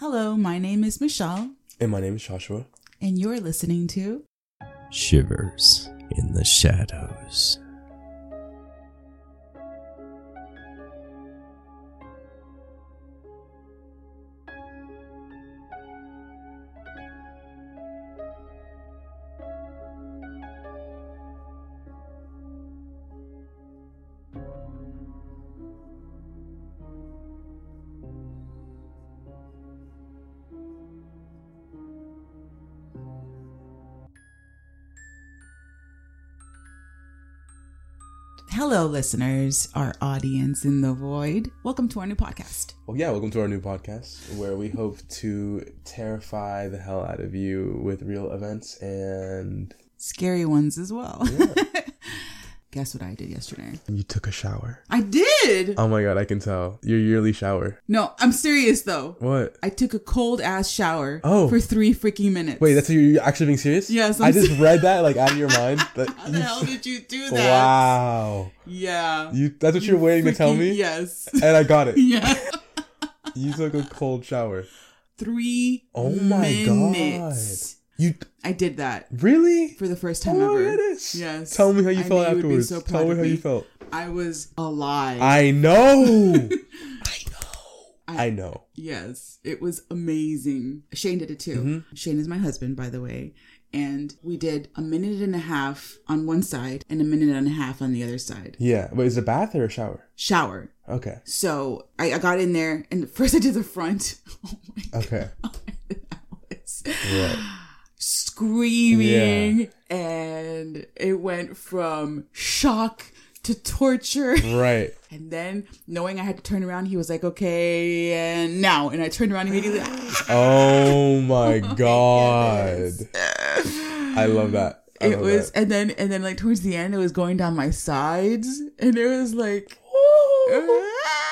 Hello, my name is Michelle, And my name is Joshua. and you're listening to shivers in the shadows. Hello, listeners, our audience in the void. Welcome to our new podcast. Well, yeah, welcome to our new podcast where we hope to terrify the hell out of you with real events and. Scary ones as well. Yeah. Guess what I did yesterday? you took a shower. I did! Oh my god, I can tell. Your yearly shower. No, I'm serious though. What? I took a cold ass shower Oh. for three freaking minutes. Wait, that's you're actually being serious? Yes, i I'm just ser- read that like out of your mind. That How the hell did you do that? Wow. Yeah. You that's what you're waiting to tell Freaking- me? Yes. And I got it. yeah. You took a cold shower. Three Oh my God. minutes. You I did that really? for the first Oh time my ever. goodness. Yes. Tell me how you I felt knew you would be afterwards. so proud tell me of how you me. felt. I was alive. I know. I- I know. Yes, it was amazing. Shane did it too. Mm-hmm. Shane is my husband, by the way. And we did a minute and a half on one side and a minute and a half on the other side. Yeah. Wait, is it a bath or a shower? Shower. Okay. So I, I got in there and first I did the front. Oh my Okay. God. that was Uh. Right. Screaming. And it went from shock to torture. Right. And then knowing I had to turn around, he was like, okay, and now. And I turned around immediately. Oh my god. I love that. I it love was that. and then and then like towards the end it was going down my sides and it was like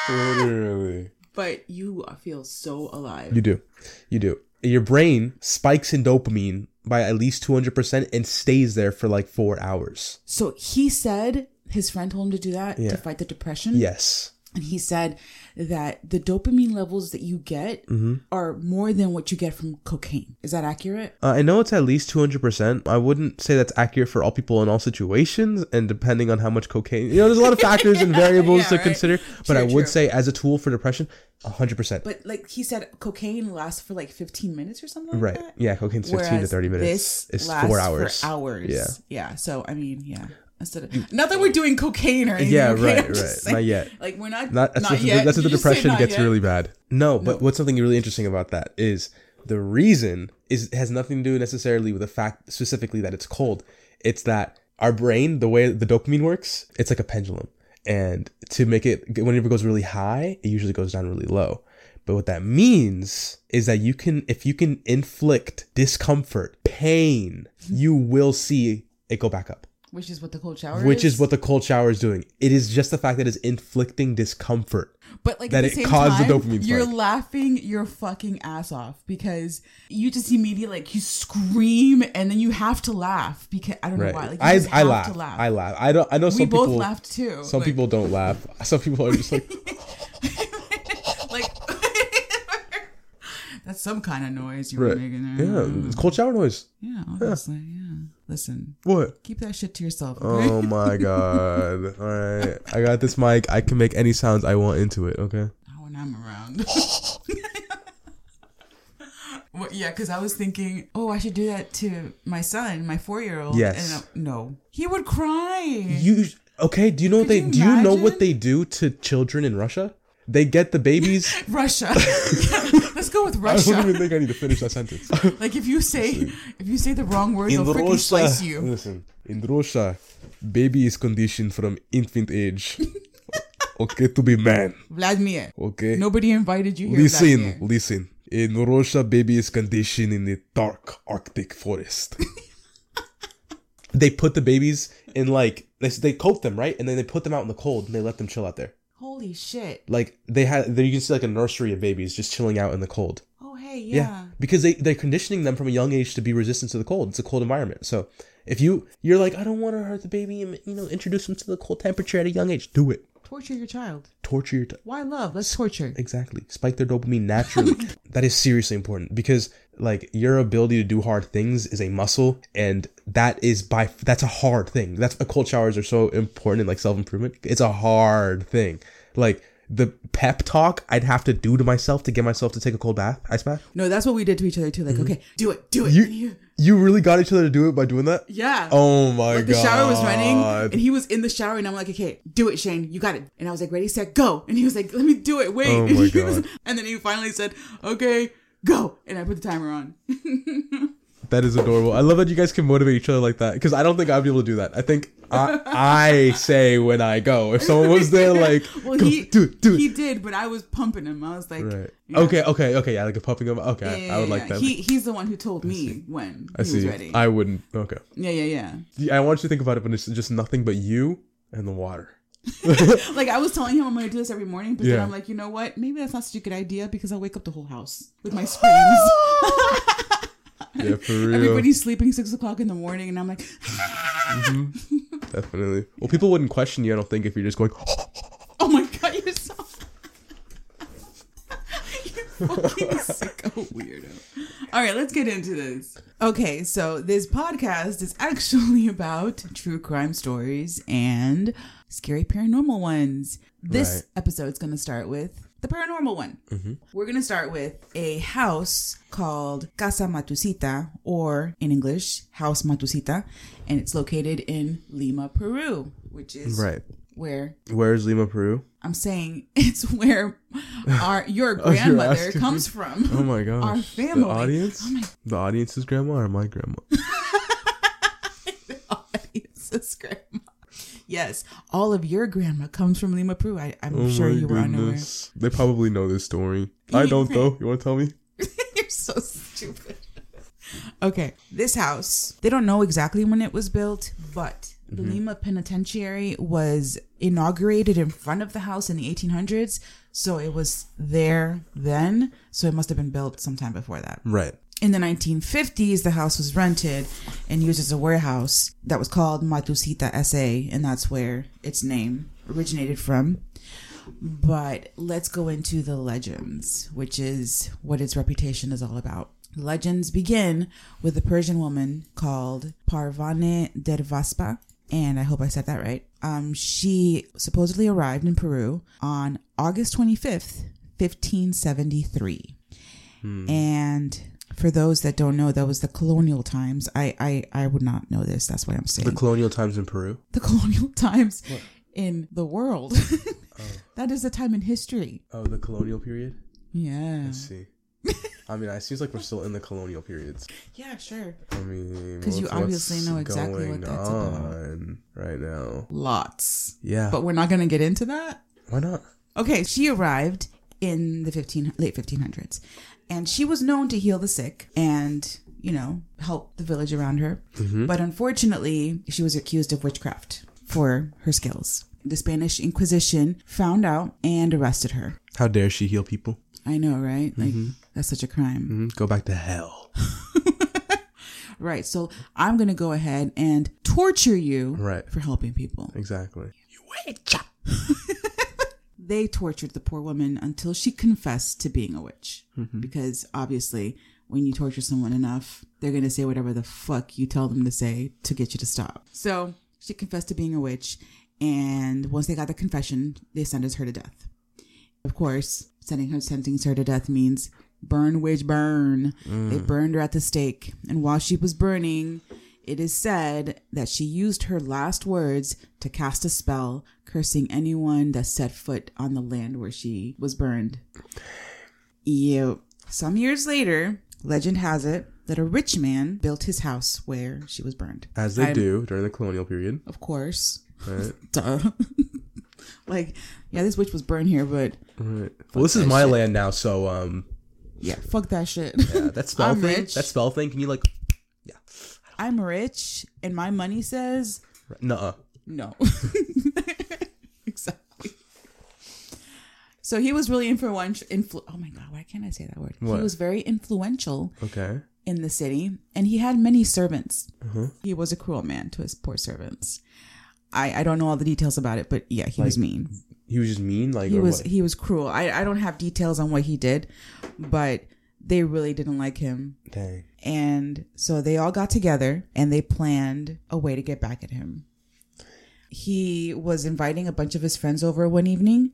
literally. but you feel so alive You do. You do. Your brain spikes in dopamine by at least 200% and stays there for like 4 hours. so he said his friend told him to do that Yeah. to fight the depression Yes. and he said that the dopamine levels that you get Mm-hmm. are more than what you get from cocaine is that accurate Uh, I know it's at least 200%. I wouldn't say that's accurate for all people in all situations, and depending on how much cocaine, you know, there's a lot of factors and variables Yeah, to right. consider, but True, I would true. say as a tool for depression, 100%. but like he said cocaine lasts for like 15 minutes or something right. like that Yeah, cocaine's 15 to Whereas 30 minutes. This It's lasts 4 hours. For hours. Yeah. Yeah. So I mean, yeah. Instead of not that we're doing cocaine or anything. Yeah, okay? right, I'm just right. Not saying, yet. Like we're not. Not, Not, that's what- yet. That's what You the just said depression not gets yet. really bad. No, but what's something really interesting about that is the reason is has nothing to do necessarily with the fact specifically that it's cold. It's that our brain, the way the dopamine works, it's like a pendulum, and to make it whenever it goes really high, it usually goes down really low. But what that means is that you can, if you can inflict discomfort, pain, you will see it go back up Which is what the cold shower. which is what the cold shower is doing. It is just the fact that it's inflicting discomfort. But like that at it the same caused the time, dopamine You're spike. laughing your fucking ass off because you just immediately like you scream and then you have to laugh because I don't know Right. why. Like you I just I have laugh. To laugh. I laugh. I don't. I know we some both people. laughed too. Some Like- people don't laugh. Some people are just like, like. That's some kind of noise you were right. making there. yeah, it's cold shower noise. Yeah, obviously. Yeah. Listen, What? keep that shit to yourself. Okay? Oh my god! All right, I got this mic. I can make any sounds I want into it. Okay. Not when I'm around. well, yeah, because I was thinking, oh, I should do that to my son, my four year old. Yes. And uh, no, he would cry. You okay? Do you know what they? you do you know what imagine? they do to children in Russia? They get the babies. Russia. Let's go with I don't Russia. even think I need to finish that sentence. Like if you say if you say the wrong word, they'll freaking slice you. Listen, in Russia, baby is conditioned from infant age. okay, to be man. Vladimir. Okay. Nobody invited you here. listen, Vladimir. listen. In Russia, baby is conditioned in the dark Arctic forest. they put the babies in like they, they coat them right, and then they put them out in the cold and they let them chill out there. Holy shit. Like they had, there you can see like a nursery of babies just chilling out in the cold. Oh hey, Yeah. yeah. Because they, they're conditioning them from a young age to be resistant to the cold. It's a cold environment. So if you you're like, I don't want to hurt the baby and you know, introduce them to the cold temperature at a young age, do it. Torture your child. Torture your t- Why love? Let's torture. Exactly. Spike their dopamine naturally. that is seriously important because like your ability to do hard things is a muscle and that is by that's a hard thing. That's why cold showers are so important in like self-improvement. It's a hard thing. Like the pep talk I'd have to do to myself to get myself to take a cold bath, ice bath. No, that's what we did to each other too. Like, okay, do it, do it. Mm-hmm. You you really got each other to do it by doing that? yeah. Oh my like god. the shower was running and he was in the shower and I'm like, okay, do it, Shane. You got it. And I was like, ready, set, go. And he was like, let me do it. Wait. Oh and, my he was- God. and then he finally said, okay, go. And I put the timer on. That is adorable. I love that you guys can motivate each other like that because I don't think I'd be able to do that. I think I, I say when I go. If someone was there, like, well, go, he, do it, do it. he did, but I was pumping him. I was like, right. yeah. Okay, okay, okay. Yeah, like a pumping of. Okay, I would Yeah, like yeah, that. He, he's the one who told me when I he was see. ready. I wouldn't. Okay. yeah, yeah, yeah. Yeah, I want you to think about it, but it's just nothing but you and the water. Like I was telling him I'm going to do this every morning, but then Yeah. I'm like, you know what? Maybe that's not such a good idea because I'll wake up the whole house with my screams. Yeah, for real. Everybody's sleeping six o'clock in the morning, and I'm like, Definitely. Well, people wouldn't question you. I don't think if you're just going. oh my god, you're so. you fucking sicko weirdo. All right, let's get into this. Okay, so this podcast is actually about true crime stories and scary paranormal ones. This episode's going to start with the paranormal one. We're going to start with a house called Casa Matusita, or in English, House Matusita, and it's located in Lima, Peru, which is Right. where Where's Lima, Peru? I'm saying it's where our your grandmother Oh, asking comes me? from. Oh my gosh. Our family. The audience? Oh my The audience's grandma or my grandma? audience's grandma. Yes, all of your grandma comes from Lima, Peru. I, I'm Oh sure you were unaware. They probably know this story. I don't though. You want to tell me? You're so stupid. okay, this house, they don't know exactly when it was built, but the Mm-hmm. Lima Penitentiary was inaugurated in front of the house in the 1800s. So it was there then. So it must have been built sometime before that. Right. In the 1950s, the house was rented and used as a warehouse that was called Matusita SA, and that's where its name originated from. But let's go into the legends, which is what its reputation is all about. Legends begin with a Persian woman called Parvane Dervaspa, and I hope I said that right. Um, she supposedly arrived in Peru on August 25th, 1573 and for those that don't know that was the colonial times i i, I would not know this that's why i'm saying The the, colonial times in Peru. colonial times in the world that is a time in history Oh, the colonial period. Mm. yeah Let's see. I mean, it seems like we're still in the colonial periods. yeah sure I mean, 'Cause you what's- obviously what's know exactly what going that's about. on right now. lots Yeah. but we're not gonna get into that why not? Okay, she arrived in the 15 late 1500s and she was known to heal the sick and, you know, help the village around her. But unfortunately, she was accused of witchcraft for her skills. The Spanish Inquisition found out and arrested her. How dare she heal people? I know, right? Like that's such a crime. Mhm. Go back to hell. Right. So, I'm going to go ahead and torture you Right. for helping people. Exactly. they tortured the poor woman until she confessed to being a witch. Because obviously, when you torture someone enough, they're going to say whatever the fuck you tell them to say to get you to stop. So she confessed to being a witch. And once they got the confession, they sentenced her to death. Of course, sending her sentencing her to death means burn, witch, burn. They Mm. burned her at the stake. And while she was burning, it is said that she used her last words to cast a spell, cursing anyone that set foot on the land where she was burned. Yep. Some years later, legend has it that a rich man built his house where she was burned. As they I'm- do during the colonial period. Of course. Right. Duh. like, yeah, this witch was burned here, but Right. Well, this is that my shit. land now, so um, yeah, fuck that shit. yeah, that spell I'm thing. rich. That spell thing. Can you like? I'm rich and my money says Nuh-uh. No. exactly. So he was really influential. Influ- oh my God, why can't I say that word? What? He was very influential Okay. in the city and he had many servants. Uh-huh. He was a cruel man to his poor servants. I, I don't know all the details about it, but yeah, he was mean. he was just mean, like he or was what? he was cruel. I, I don't have details on what he did, but they really didn't like him. Dang. And so they all got together and they planned a way to get back at him. He was inviting a bunch of his friends over one evening.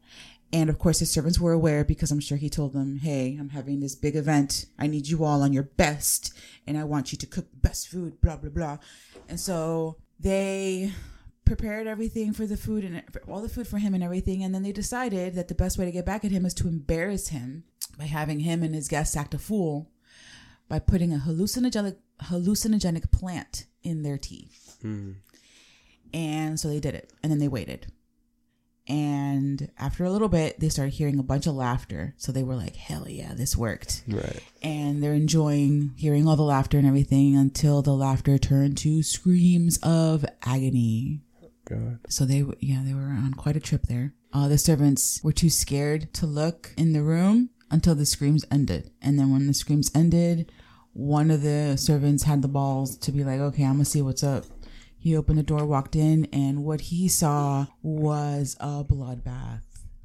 And of course, his servants were aware because I'm sure he told them, Hey, I'm having this big event. I need you all on your best. And I want you to cook best food, blah, blah, blah. And so they prepared everything for the food and for all the food for him and everything. And then they decided that the best way to get back at him is to embarrass him by having him and his guests act a fool by putting a hallucinogenic hallucinogenic plant in their tea. Hmm. And so they did it, and then they waited. And after a little bit, they started hearing a bunch of laughter. So they were like, "Hell yeah, this worked!" Right. And they're enjoying hearing all the laughter and everything until the laughter turned to screams of agony. God. So they, w- yeah, they were on quite a trip there. Uh, the servants were too scared to look in the room until the screams ended. And then when the screams ended, one of the servants had the balls to be like, okay, I'm gonna see what's up. He opened the door, walked in, and what he saw was a bloodbath.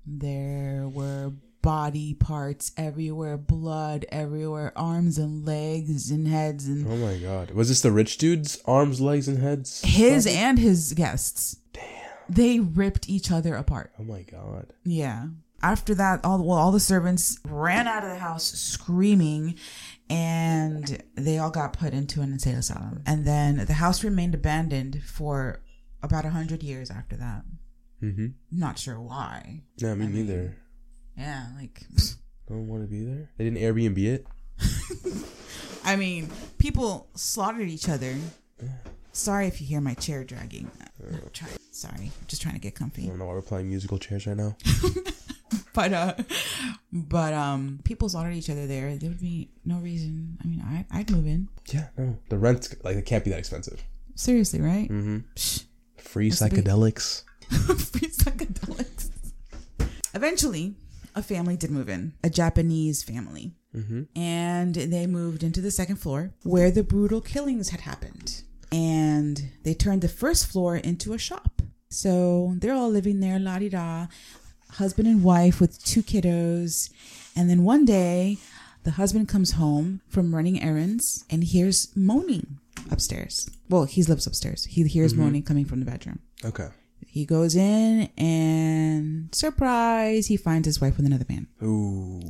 There were body parts everywhere, blood everywhere, arms and legs and heads and Oh my God. Was this the rich dude's arms, legs, and heads? his and his guests. Damn. They ripped each other apart. Oh my God. Yeah. After that, all well, all the servants ran out of the house screaming, and they all got put into an insane asylum. And then the house remained abandoned for about a hundred years after that. Mm-hmm. Not sure why. No, me neither. Yeah, like Don't want to be there. They didn't Airbnb it. I mean, people slaughtered each other. Sorry if you hear my chair dragging. No, I'm trying- sorry, just trying to get comfy. I don't know why we're playing musical chairs right now. but uh but um people slaughtered each other there there would be no reason i mean I, i'd move in yeah, no. The rent's like it can't be that expensive. seriously right Mm-hmm. Psh, Free That's a big- psychedelics. free psychedelics eventually a family did move in a japanese family Mm-hmm. and they moved into the second floor where the brutal killings had happened. And they turned the first floor into a shop. So they're all living there, la di da, husband and wife with two kiddos. And then one day, the husband comes home from running errands and hears moaning upstairs. Well, he lives upstairs. He hears moaning coming from the bedroom. Okay. He goes in and surprise, he finds his wife with another man. Ooh.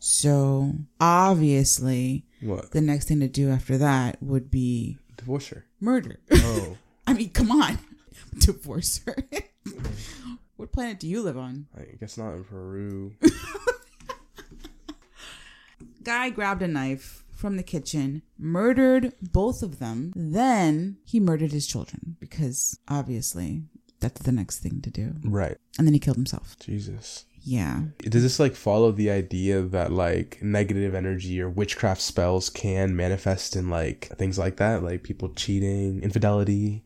So obviously, What? the next thing to do after that would be Divorce her. murder. Oh. I mean, come on, divorce her. what planet do you live on? I guess not in Peru. Guy grabbed a knife from the kitchen, murdered both of them, then he murdered his children because obviously that's the next thing to do. right. And then he killed himself. Jesus. Yeah. Does this like follow the idea that like negative energy or witchcraft spells can manifest in like things like that, like people cheating, infidelity,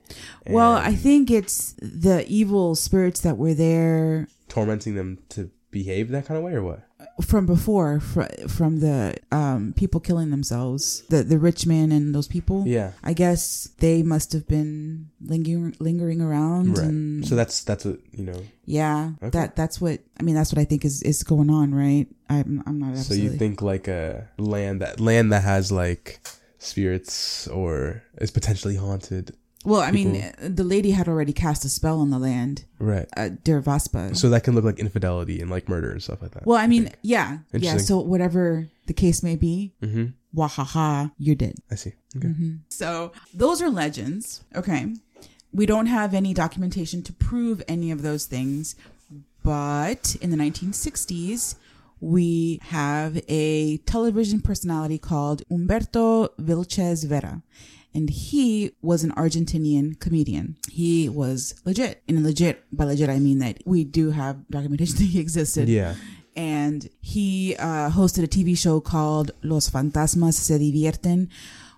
Well, I think it's the evil spirits that were there tormenting them to behave that kind of way, or what? from before fr- from the um, people killing themselves the the rich man and those people Yeah. i guess they must have been lingering lingering around Right. and So that's that's what you know. yeah Okay. that that's what i mean that's what i think is is going on right i'm, I'm not So absolutely you think like a land that land that has like spirits or is potentially haunted, well i mean people- uh, the lady had already cast a spell on the land right? uh, dervaspa So that can look like infidelity and like murder and stuff like that. well i mean yeah yeah Interesting. so whatever the case may be Mm-hmm. wahaha you're dead I see. Okay. Mm-hmm. So those are legends. Okay. We don't have any documentation to prove any of those things, but in the 1960s, we have a television personality called Humberto Vilches Vera. And he was an Argentinian comedian. He was legit. And legit, by legit, I mean that we do have documentation that he existed Yeah. and he uh, hosted a TV show called Los Fantasmas Se Divierten,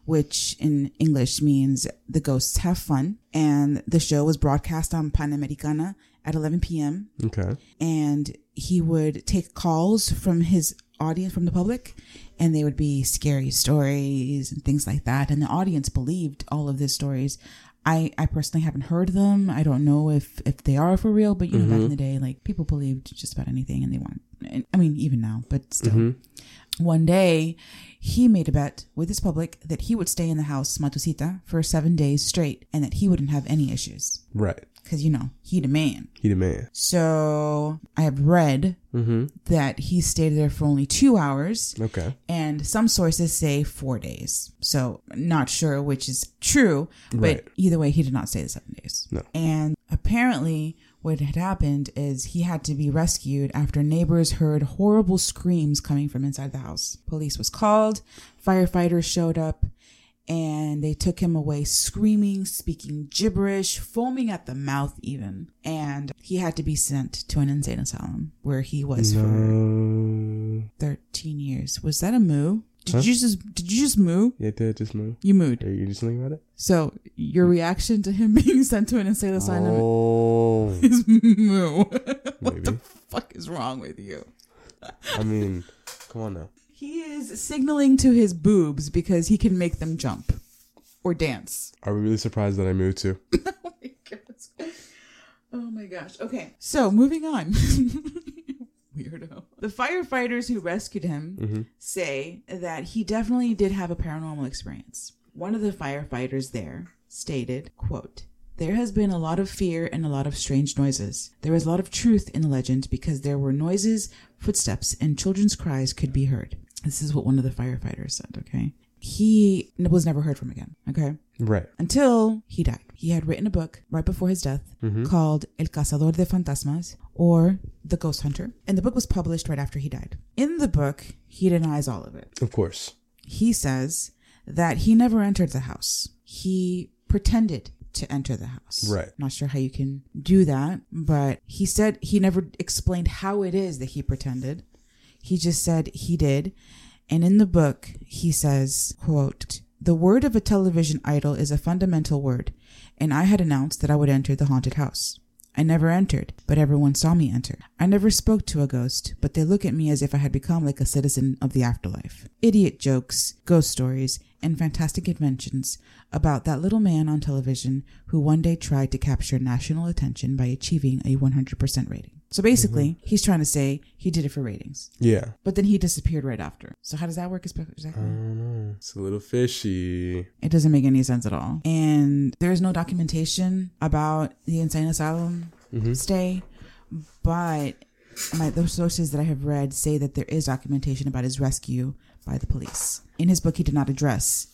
which in English means the ghosts have fun. And the show was broadcast on Panamericana at 11 p.m. Okay. And he would take calls from his audience, from the public, and they would be scary stories and things like that. And the audience believed all of these stories I, I personally haven't heard them. I don't know if, if they are for real, but you know, back in the day, like people believed just about anything and they want, and, I mean, even now, but still. One day, he made a bet with his public that he would stay in the house Matusita for seven days straight and that he wouldn't have any issues. Right. Cause you know, he the man. He the man. So I have read that he stayed there for only two hours Okay. and some sources say four days. So not sure which is true, but Right. either way, he did not stay the seven days. No. And apparently, what had happened is he had to be rescued after neighbors heard horrible screams coming from inside the house. Police was called, firefighters showed up, and they took him away screaming, speaking gibberish, foaming at the mouth, even. And he had to be sent to an insane asylum where he was for No. 13 years. Was that a moo? Did you just did you just moo? Yeah, did just move. You mooed. Are you doing something about it? So your reaction to him being sent to an insane asylum Oh, is moo. what the maybe. fuck is wrong with you? I mean, come on now. He is signaling to his boobs because he can make them jump or dance. Are we really surprised that I moved to? Oh my gosh. Oh my gosh. Okay. So moving on. Weirdo. The firefighters who rescued him say that he definitely did have a paranormal experience. One of the firefighters there stated, quote, there has been a lot of fear and a lot of strange noises. There is a lot of truth in the legend because there were noises, footsteps, and children's cries could be heard. This is what one of the firefighters said, okay? He was never heard from again, okay? Right. until he died. He had written a book right before his death called El Cazador de Fantasmas or The Ghost Hunter. And the book was published right after he died. In the book, he denies all of it. Of course. He says that he never entered the house. He pretended to enter the house. Right. Not sure how you can do that, but he said he never explained how it is that he pretended. He just said he did. And in the book, he says, quote, the word of a television idol is a fundamental word, and I had announced that I would enter the haunted house. I never entered, but everyone saw me enter. I never spoke to a ghost, but they look at me as if I had become like a citizen of the afterlife. Idiot jokes, ghost stories, and fantastic inventions about that little man on television who one day tried to capture national attention by achieving a 100% rating. So basically, he's trying to say he did it for ratings. Yeah. But then he disappeared right after. So how does that work exactly? Uh, It's a little fishy. it doesn't make any sense at all. And there is no documentation about the insane asylum Mm-hmm. stay, but my those sources that I have read say that there is documentation about his rescue by the police. In his book, he did not address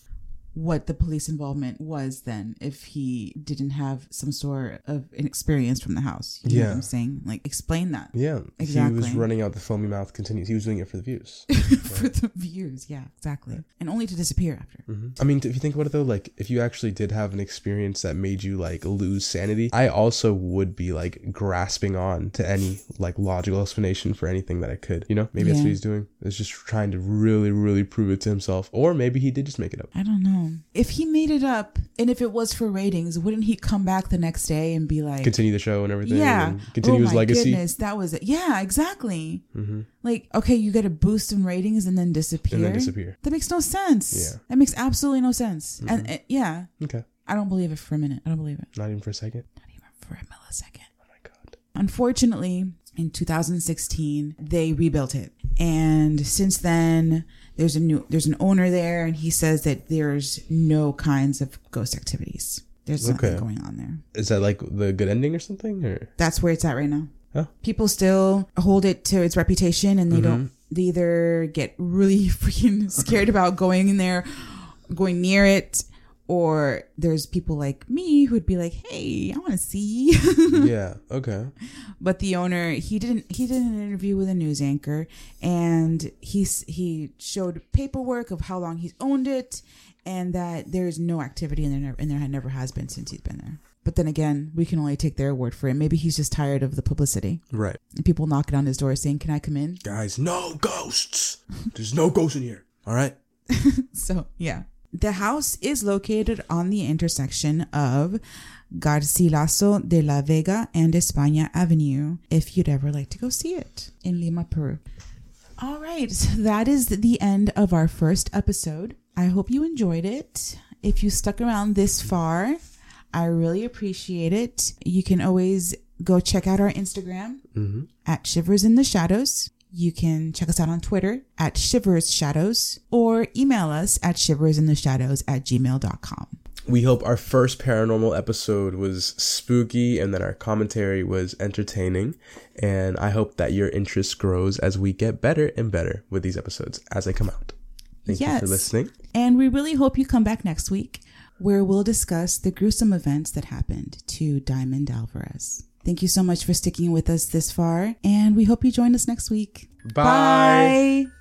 what the police involvement was then if he didn't have some sort of an experience from the house. You know what Yeah. I'm saying? Like explain that. Yeah. He was Exactly. running out the foamy mouth continues. He was doing it for the views. for the views. Yeah, exactly. And only to disappear after. I mean, if you think about it though, like if you actually did have an experience that made you like lose sanity, I also would be like grasping on to any like logical explanation for anything that I could. You know, maybe that's what Yeah. he's doing. Is just trying to really, really prove it to himself, or maybe he did just make it up. I don't know. If he made it up and if it was for ratings, wouldn't he come back the next day and be like, Continue the show and everything. yeah, and continue oh his my legacy. Mm-hmm. goodness, that was it. Yeah, exactly. Like, okay, you get a boost in ratings and then disappear. And then disappear. That makes no sense. Yeah. Mm-hmm. That makes absolutely no sense. And, and- yeah, Okay, I don't believe it for a minute. I don't believe it. not even for a second. Not even for a millisecond. Oh my god. Unfortunately, in 2016, they rebuilt it. And since then, there's a new there's an owner there and he says that there's no kinds of ghost activities. There's nothing Okay. going on there. Is that like the good ending or something? Or That's where it's at right now. Huh? People still hold it to its reputation and they don't they either get really freaking scared about going in there, going near it, or there's people like me who'd be like, "Hey, I want to see." yeah. Okay. but the owner he didn't he did an interview with a news anchor and he's he showed paperwork of how long he's owned it and that there's no activity in there and there never has been since he's been there but then again we can only take their word for it maybe he's just tired of the publicity Right. and people knocking on his door saying can i come in Guys, no ghosts. There's no ghosts in here. All right. so yeah the house is located on the intersection of Garcilaso de la Vega and España Avenue, if you'd ever like to go see it in Lima, Peru. All right, so that is the end of our first episode. I hope you enjoyed it. If you stuck around this far, I really appreciate it. You can always go check out our Instagram Mm-hmm. at Shivers in the Shadows. You can check us out on Twitter at Shivers Shadows or email us at shiversintheshadows at gmail.com. We hope our first paranormal episode was spooky and that our commentary was entertaining. And I hope that your interest grows as we get better and better with these episodes as they come out. Thank you for Yes. listening. And we really hope you come back next week where we'll discuss the gruesome events that happened to Diamond Alvarez. Thank you so much for sticking with us this far, and we hope you join us next week. Bye. Bye.